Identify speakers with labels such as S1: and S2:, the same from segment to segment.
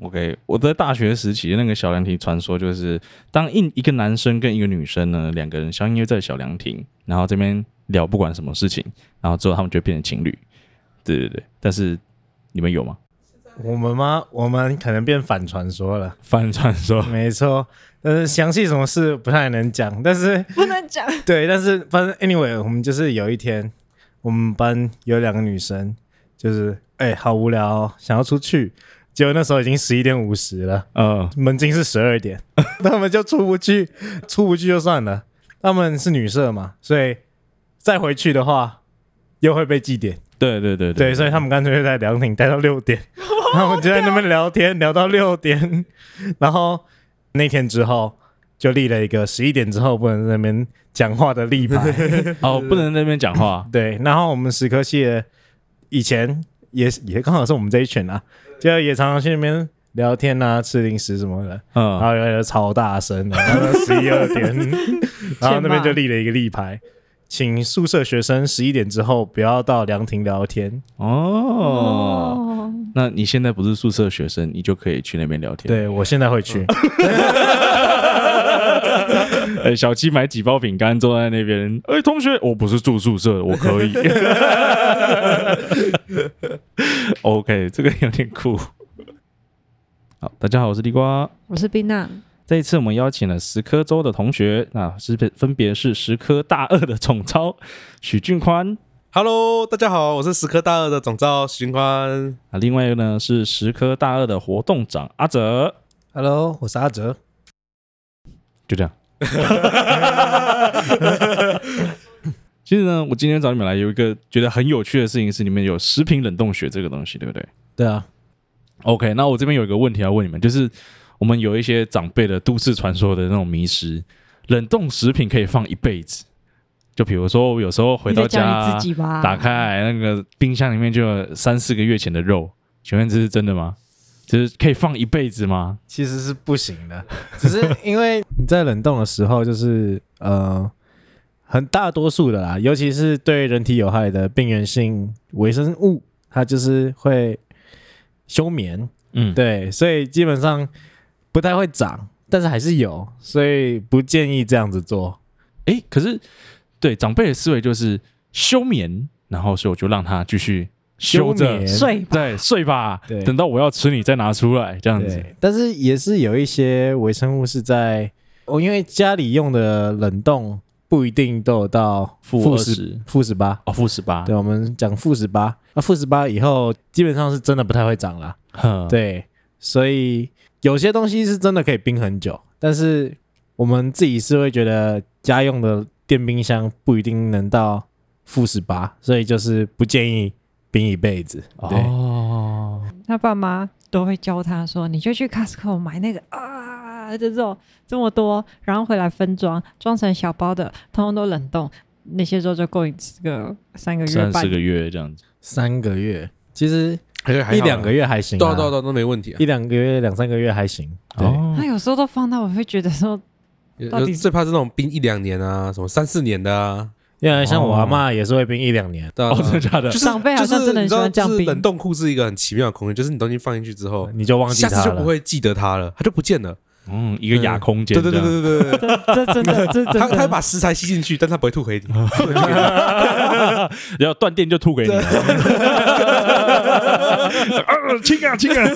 S1: OK，我在大学时期那个小凉亭传说，就是当一一个男生跟一个女生呢，两个人相约在小凉亭，然后这边聊不管什么事情，然后之后他们就变成情侣。对对对，但是你们有吗？
S2: 我们吗？我们可能变反传 说了，
S1: 反传说，
S2: 没错。但是详细什么事不太能讲，但是
S3: 不能讲。
S2: 对，但是反正 anyway，我们就是有一天，我们班有两个女生，就是哎、好无聊、哦，想要出去，结果那时候已经十一点五十了，
S1: 呃，
S2: 门禁是十二点，他们就出不去，出不去就算了，他们是女社嘛，所以再回去的话又会被记点，
S1: 对对对
S2: 对，所以他们干脆就在凉亭待到六点，然后我们就在那边聊天，聊到六点，然后那天之后就立了一个十一点之后不能在那边讲话的立牌，，
S1: 哦，不能在那边讲话
S2: 对，然后我们史科系的以前也也刚好是我们这一群啊，就也常常去那边聊天啊，吃零食什么的，然
S1: 嗯，
S2: 后聊聊超大声的，然后十一二点，然后那边就立了一个立牌，请宿舍学生十一点之后不要到凉亭聊天。
S1: 哦，，那你现在不是宿舍学生，你就可以去那边聊天。
S2: 对我现在会去，
S1: 呃，小七买几包饼干，坐在那边。哎、同学，我不是住宿舍，我可以。OK，这个有点酷。好，大家好，我是地瓜。
S3: 我是冰娜，
S1: 这一次我们邀请了石科州的同学，啊，是分分别是石科大二的总招许俊宽，
S4: Hello，大家好，我是十科大二的总召徐军官。
S1: 啊，另外一个呢是石科大二的活动长阿哲，
S2: Hello，我是阿哲。
S1: 就这样。其实呢，我今天找你们来有一个觉得很有趣的事情是，你们有食品冷冻学这个东西，对不对？
S2: 对啊，
S1: OK，那我这边有一个问题要问你们，就是我们有一些长辈的都市传说的那种迷失，冷冻食品可以放一辈子。就比如说，我有时候回到
S3: 你在讲你
S1: 家，
S3: 自己吧，
S1: 打开那个冰箱里面就有三四个月前的肉，请问这是真的吗？就是可以放一辈子吗？
S2: 其实是不行的，只是因为你在冷冻的时候，就是呃，很大多数的啦，尤其是对人体有害的病原性微生物，它就是会休眠，
S1: 嗯，
S2: 对，所以基本上不太会长，但是还是有，所以不建议这样子做。
S1: 诶，可是对长辈的思维就是休眠，然后所以我就让他继续休着，
S2: 眠
S3: 睡吧，
S1: 对，睡吧，
S2: 对
S1: 等到我要吃你再拿出来，这样子。
S2: 对，但是也是有一些微生物是在哦，因为家里用的冷冻不一定都有到
S1: 负二
S2: 十
S1: 十，
S2: 负十八。
S1: 哦，负十八，
S2: 对，我们讲负十八，那负十八以后基本上是真的不太会长啦。
S4: 啊
S1: 哼，
S2: 对，所以有些东西是真的可以冰很久，但是我们自己是会觉得家用的电冰箱不一定能到负十八，所以就是不建议冰一辈子。对，
S1: 哦，
S3: 他爸妈都会教他说，你就去 Costco 买那个啊，这种这么多，然后回来分装，装成小包的，通通都冷冻，那些肉就够你吃个三个月
S1: 三
S3: 半
S1: 四。个月这样子。
S2: 三个月其实
S4: 哎、还好
S2: 一两个
S4: 月，
S2: 月还行、啊，
S4: 对啊对啊对啊，都没问题啊
S2: 一。两个月两三个月还行。对，
S1: 哦
S3: 他有时候都放到，我会觉得说，
S4: 有
S3: 到底
S4: 有最怕是那种冰一两年啊，什么三四年的啊，
S2: 因为像我阿妈也是会冰一两年，
S4: 对啊。
S1: 哦，真的假的
S4: 就？是
S3: 长辈好像真的很喜欢
S4: 就是你知道
S3: 降
S4: 就是
S3: 冰
S4: 冷冻库是一个很奇妙的空间，就是你东西放进去之后，
S2: 你就忘记
S4: 下
S2: 它
S4: 次就不
S2: 了。
S4: 会记得它了，它就不见了。
S1: 嗯，一个亚空间，
S4: 对对对，对对对对，
S3: 这 这真 的，这真
S4: 它它会
S3: 的，
S4: 把食材吸进去，但它不会吐回 你。
S1: 然后断电就吐给你。啊，亲啊亲啊
S4: 有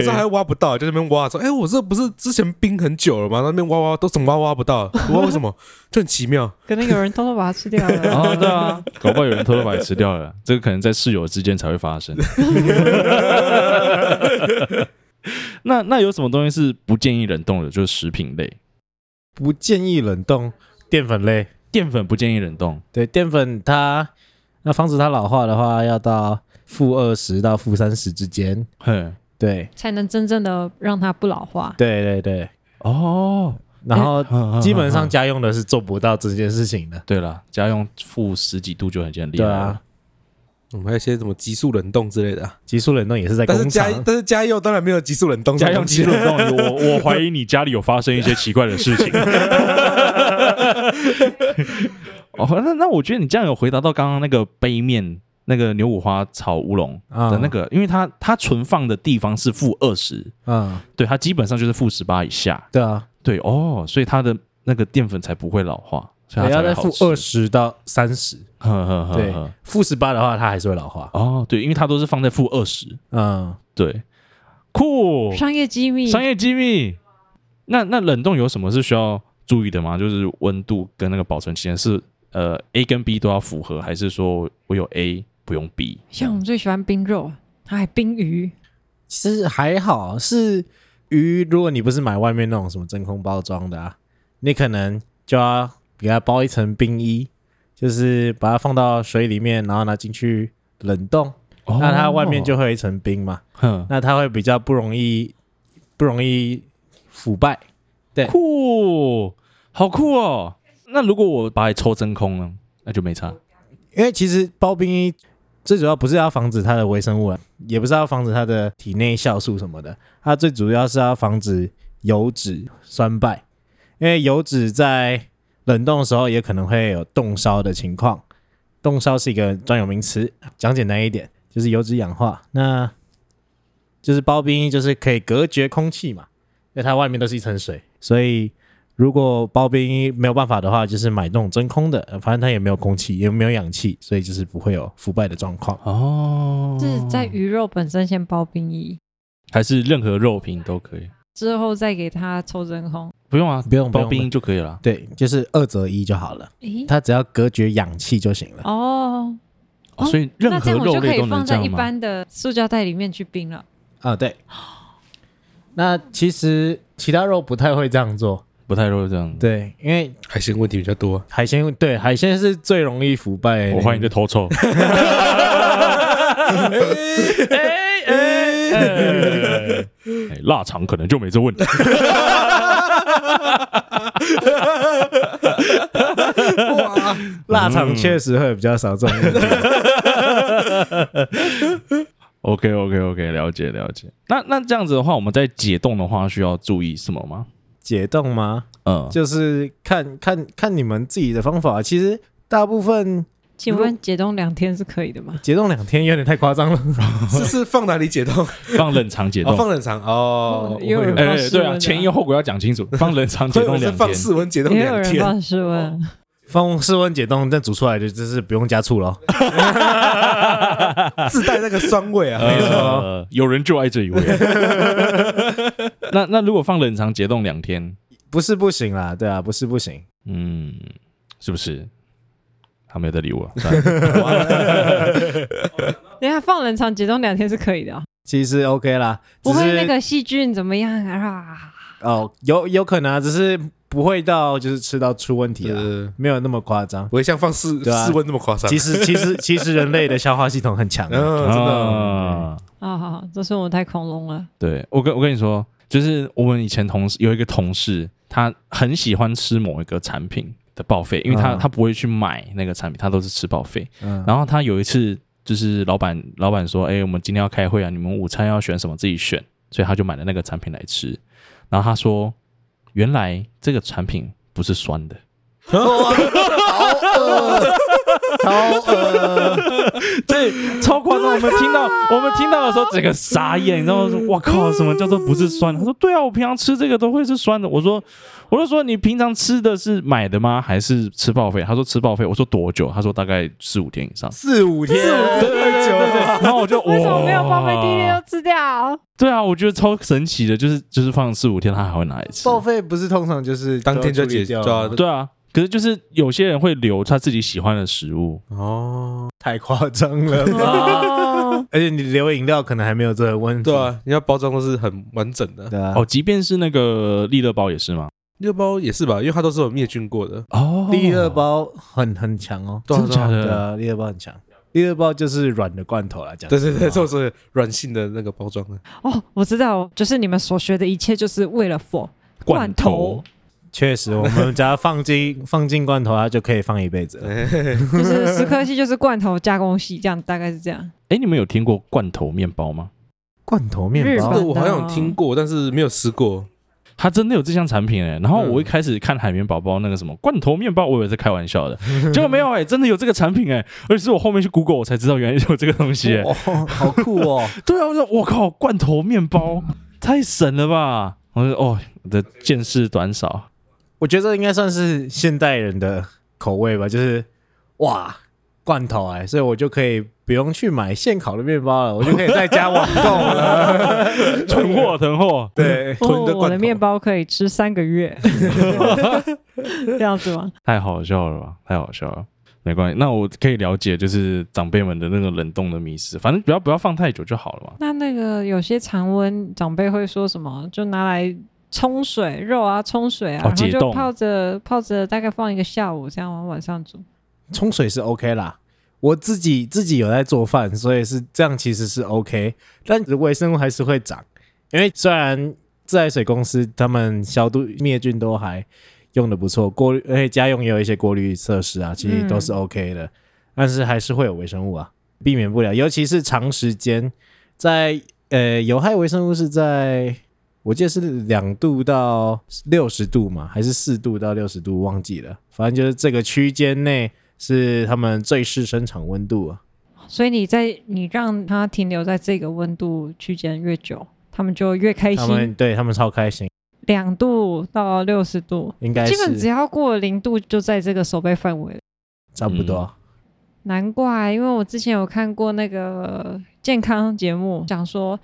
S4: 时候还
S1: ！OK，
S4: 挖不到，就在那边挖说：“哎，我这不是之前冰很久了吗？”那边挖挖都怎么挖挖不到，不知道为什么， 就很奇妙。
S3: 可能有人偷偷把它吃掉了。
S1: 哦，对啊，搞不好有人偷偷把你吃掉了，这个可能在室友之间才会发生。 那那有什么东西是不建议冷冻的？就是食品类，
S2: 不建议冷冻淀粉类。
S1: 淀粉不建议冷冻。
S2: 对，淀粉它要防止它老化的话，要到负二十到负三十之间。
S1: 哼，
S2: 对，
S3: 才能真正的让它不老化。
S2: 对对对。
S1: 哦，
S2: 然后基本上
S1: 嗯嗯嗯
S2: 家用的是做不到这件事情的。
S1: 对了，家用负十几度就很很厉
S2: 对
S1: 害了。
S2: 啊，
S4: 我们还有一些什么急速冷冻之类的啊，
S2: 急速冷冻也是在
S4: 但是
S2: 工
S4: 家
S2: 厂。
S4: 但是家用当然没有 急速冷冻这
S1: 家
S4: 种
S1: 用
S4: 东西，
S1: 机冷冻，我我怀疑你家里有发生一些奇怪的事情。哦，那那我觉得你这样有回答到刚刚那个杯面那个牛五花炒乌龙
S2: 啊
S1: 的那个，因为它它存放的地方是负二十，
S2: 嗯，
S1: 对，它基本上就是负十八以下，
S2: 对啊，
S1: 对哦，所以它的那个淀粉才不会老化，所以
S2: 你
S1: 它
S2: 要
S1: 才会
S2: 在
S1: 好
S2: 负
S1: 吃嗯
S2: 二，十到三十，
S1: 呵呵呵
S2: 对
S1: 呵，，
S2: 负十八的话它还是会老化。
S1: 哦，对，因为它都是放在负二十，
S2: 嗯，
S1: 对，酷，
S3: 商业机密，
S1: 哦商业机密。那那冷冻有什么是需要注意的吗？就是温度跟那个保存期间是呃 A 跟 B 都要符合，还是说我有 A 不用 B？
S3: 像我们最喜欢冰肉，还冰鱼，
S2: 其实还好，是鱼，如果你不是买外面那种什么真空包装的啊，你可能就要给它包一层冰衣，就是把它放到水里面，然后拿进去冷冻，
S1: 哦
S2: 那它外面就会有一层冰嘛，
S1: 哼
S2: 那它会比较不容易不容易腐败。
S1: 酷，好酷哦。那如果我把它抽真空呢？那就没差
S2: 因为其实包冰衣最主要不是要防止它的微生物啊，也不是要防止它的体内酵素什么的，它最主要是要防止油脂酸败，因为油脂在冷冻的时候也可能会有冻烧的情况。冻烧是一个专有名词，讲简单一点，就是油脂氧化。那就是包冰衣，就是可以隔绝空气嘛，因为它外面都是一层水，所以如果包冰衣没有办法的话，就是买那种真空的，呃反正它也没有空气，也没有氧气，所以就是不会有腐败的状况。
S1: 哦。
S3: 是在鱼肉本身先包冰衣，
S1: 还是任何肉品都可以，
S3: 之后再给它抽真空。
S1: 不用啊，
S2: 不用不
S1: 包
S2: 用
S1: 冰就可以了。
S2: 对，就是二择一就好了，
S3: 咦，
S2: 它只要隔绝氧气就行了。
S3: 哦，
S1: 哦所以任
S3: 那这
S1: 何
S3: 样我
S1: 肉
S3: 就可
S1: 类
S3: 以
S1: 都
S3: 放
S1: 能这
S3: 在
S1: 样
S3: 一
S1: 吗？
S3: 般的塑胶袋里面去冰了。
S2: 啊，对。那其实其他肉不太会这样做，
S1: 不太肉这样。
S2: 对，因为
S4: 海鲜问题比较多。
S2: 海鲜对海鲜是最容易腐败的。
S1: 我怀疑你在偷臭。哎哎哎！哎腊肠可能就没这问题。
S2: 腊肠确实会比较少这种问题。
S1: OK OK OK，了解了解。那那这样子的话，我们在解冻的话需要注意什么吗？
S2: 解冻吗？
S1: 嗯，
S2: 就是看看看你们自己的方法。其实大部分
S3: 请问解冻两天是可以的吗？
S2: 解冻两天有点太夸张 了。
S4: 是是放哪里解冻？
S1: 放冷藏解
S4: 哦，放
S1: 冻。
S4: 冷藏哦。
S3: 也有
S4: 我会以
S3: 人
S4: 为
S1: 哎
S3: 放室
S1: 对
S3: 温
S1: 啊，
S3: 的
S1: 前因后果要讲清楚。放冷藏解
S4: 我
S1: 冻
S4: 以为是
S1: 两
S4: 放
S1: 天，
S4: 室温解冻
S3: 也有
S4: 两
S3: 人
S4: 天。
S3: 放室温，
S2: 放室温解冻，但煮出来的就是不用加醋了。
S4: 自带那个酸味啊，没错。
S1: 呃，有人就爱这一味。那那如果放冷藏解冻两天，
S2: 不是不行啦，对啊，不是不行。
S1: 嗯，是不是？他没有在理我。
S3: 等一下放冷藏解冻两天是可以的啊、
S2: 其实 OK 啦，
S3: 不
S2: 只
S3: 会
S2: 是
S3: 那个细菌怎么样啊？
S2: 哦，有有可能啊，只是不会到就是吃到出问题啊，
S4: 呃，
S2: 没有那么夸张。
S4: 不会像放室
S2: 对啊
S4: 室温那么夸张。
S2: 其实其 实其实人类的消化系统很强啊、
S4: 嗯，真的。
S1: 啊，
S3: 啊、好，这是我太恐龙了。
S1: 对我跟我跟你说，就是我们以前同事有一个同事，他很喜欢吃某一个产品的报废，因为他、
S2: 嗯
S1: 他不会去买那个产品，他都是吃报废。
S2: 嗯，
S1: 然后他有一次就是老板老板说，哎、我们今天要开会啊，你们午餐要选什么自己选，所以他就买了那个产品来吃。然后他说，原来这个产品不是酸的，
S2: 超呃，
S1: 对，超夸张！我们听到我们听到的时候，整个傻眼，你知道吗？我靠，什么叫做不是酸？他说：“对啊，我平常吃这个都会是酸的。”我说：“我就说你平常吃的是买的吗？还是吃报废？”他说：“吃报废。”我说：“多久？”他说：“大概四五天以上。”
S2: 四五天，
S1: 对对对对对，然后我就
S3: 为什么没有报废第一天
S1: 哇
S3: 就吃掉？
S1: 对啊，我觉得超神奇的，就是就是放四五天，他还会拿来吃。
S2: 报废不是通常就是
S4: 当天就
S2: 要处理
S4: 解
S2: 掉
S4: 对啊
S2: 吗
S1: 对啊，可是就是有些人会留他自己喜欢的食物，
S4: 哦，
S2: 太夸张 了
S4: 啊
S2: 吧？
S3: 哦，
S2: 而且你留饮料可能还没有这个问题，
S4: 对啊，人家包装都是很完整的。
S2: 对啊。
S1: 哦，即便是那个利乐包也是吗？
S4: 六包也是吧，因为它都是有灭菌过的。
S1: 哦，
S2: 利乐包很很强哦，
S4: 对啊
S1: 真的假
S4: 对啊
S1: 的？
S2: 对啊，利乐包很强。利乐包就是软的罐头啦，讲
S4: 对对对，
S2: 实话
S4: 就是软性的那个包装的。
S3: 哦，我知道，就是你们所学的一切，就是为了否罐头，
S2: 确实，我们只要放进放进罐头，它就可以放一辈子了。
S3: 就是十颗系就是罐头加工系，这样大概是这样。
S1: 哎，你们有听过罐头面包吗？
S2: 罐头面
S3: 日
S2: 包
S3: 本
S4: 我好像有听过，但是没有吃过。
S1: 它真的有这项产品哎、然后
S3: 嗯
S1: 我一开始看海绵宝宝那个什么罐头面包，我以为是开玩笑的，结果没有哎、真的有这个产品哎、而且是我后面去 Google 我才知道原来有这个东西、哎
S2: 哦，好酷哦！
S1: 对啊，我说我靠，罐头面包太神了吧！我说哦，我的见识短少，
S2: 我觉得这应该算是现代人的口味吧，就是哇罐头哎、所以我就可以不用去买现烤的面包了，我就可以在家网购了。
S1: 囤货囤货。
S2: 对，
S4: 囤的
S3: 哦，我
S4: 罐
S3: 的
S4: 头
S3: 面包可以吃三个月，这样子吗？
S1: 太好笑了吧，太好笑了。没关系，那我可以了解，就是长辈们的那个冷冻的迷思，反正不要不要放太久就好了嘛。
S3: 那那个有些常温长辈会说什么？就拿来冲水肉啊，冲水啊，
S1: 哦
S3: 然后
S1: 解
S3: 就
S1: 冻
S3: 泡着泡着，大概放一个下午，这样往晚上煮。
S2: 冲水是 OK 啦。我自己自己有在做饭，所以是这样，其实是 OK。但微生物还是会长，因为虽然自来水公司他们消毒灭菌都还用的不错，过滤，而且家用也有一些过滤设施啊，其实都是 OK 的，但是还是会有微生物啊，避免不了。尤其是长时间在呃有害微生物是在我记得是两度到六十度嘛，还是四度到六十度，忘记了。反正就是这个区间内是他们最适生长温度啊。
S3: 所以你在你让它停留在这个温度区间越久，他们就越开
S2: 他
S3: 心。
S2: 们对他们超开心，
S3: 两度到六十度，
S2: 应该
S3: 基本只
S2: 是
S3: 要过了零度，就在这个手背范围了。
S2: 差不多。
S3: 难怪，因为我之前有看过那个健康节目，讲说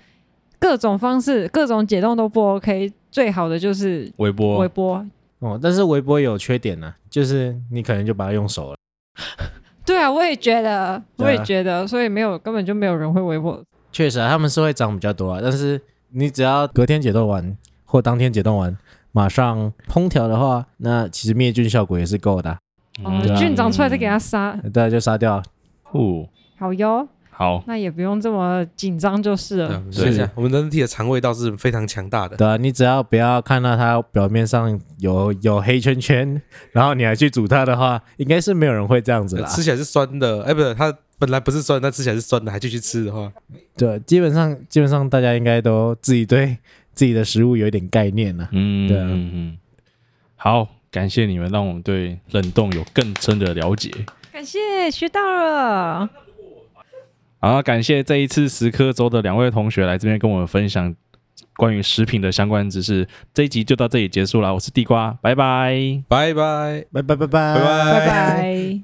S3: 各种方式、各种解冻都不 OK，最好的就是
S1: 微波
S3: 微波。
S2: 哦，但是微波也有缺点呢、就是你可能就把它用手了。
S3: 对啊，我也觉得，
S2: 对
S3: 我
S2: 啊
S3: 也觉得，所以没有根本就没有人会微波。
S2: 确实、啊，他们是会长比较多啊，但是你只要隔天解冻完或当天解冻完，马上烹调的话，那其实灭菌效果也是够的啊、
S1: 嗯
S3: 哦
S2: 对啊
S3: 菌长出来再给它杀，
S2: 对啊，就杀掉啊。
S1: 哦，
S3: 好哟，
S1: 好，
S3: 那也不用这么紧张就是了。
S4: 对是
S2: 是
S4: 我们人体的肠胃道是非常强大的。
S2: 对啊，你只要不要看到它表面上有有黑圈圈，然后你还去煮它的话，应该是没有人会这样子啦。
S4: 吃起来是酸的，哎，不是，它本来不是酸，但吃起来是酸的，还继续吃的话，
S2: 对，基本上基本上大家应该都自己对自己的食物有一点概念了。
S1: 嗯，
S2: 对啊
S1: 嗯嗯，好，感谢你们让我们对冷冻有更深的了解。
S3: 感谢学到了，
S1: 好，感谢这一次十颗州的两位同学来这边跟我们分享关于食品的相关知识。这一集就到这里结束了，我是地瓜，拜拜。
S4: 拜拜，
S2: 拜拜拜拜
S4: 拜拜
S3: 拜拜。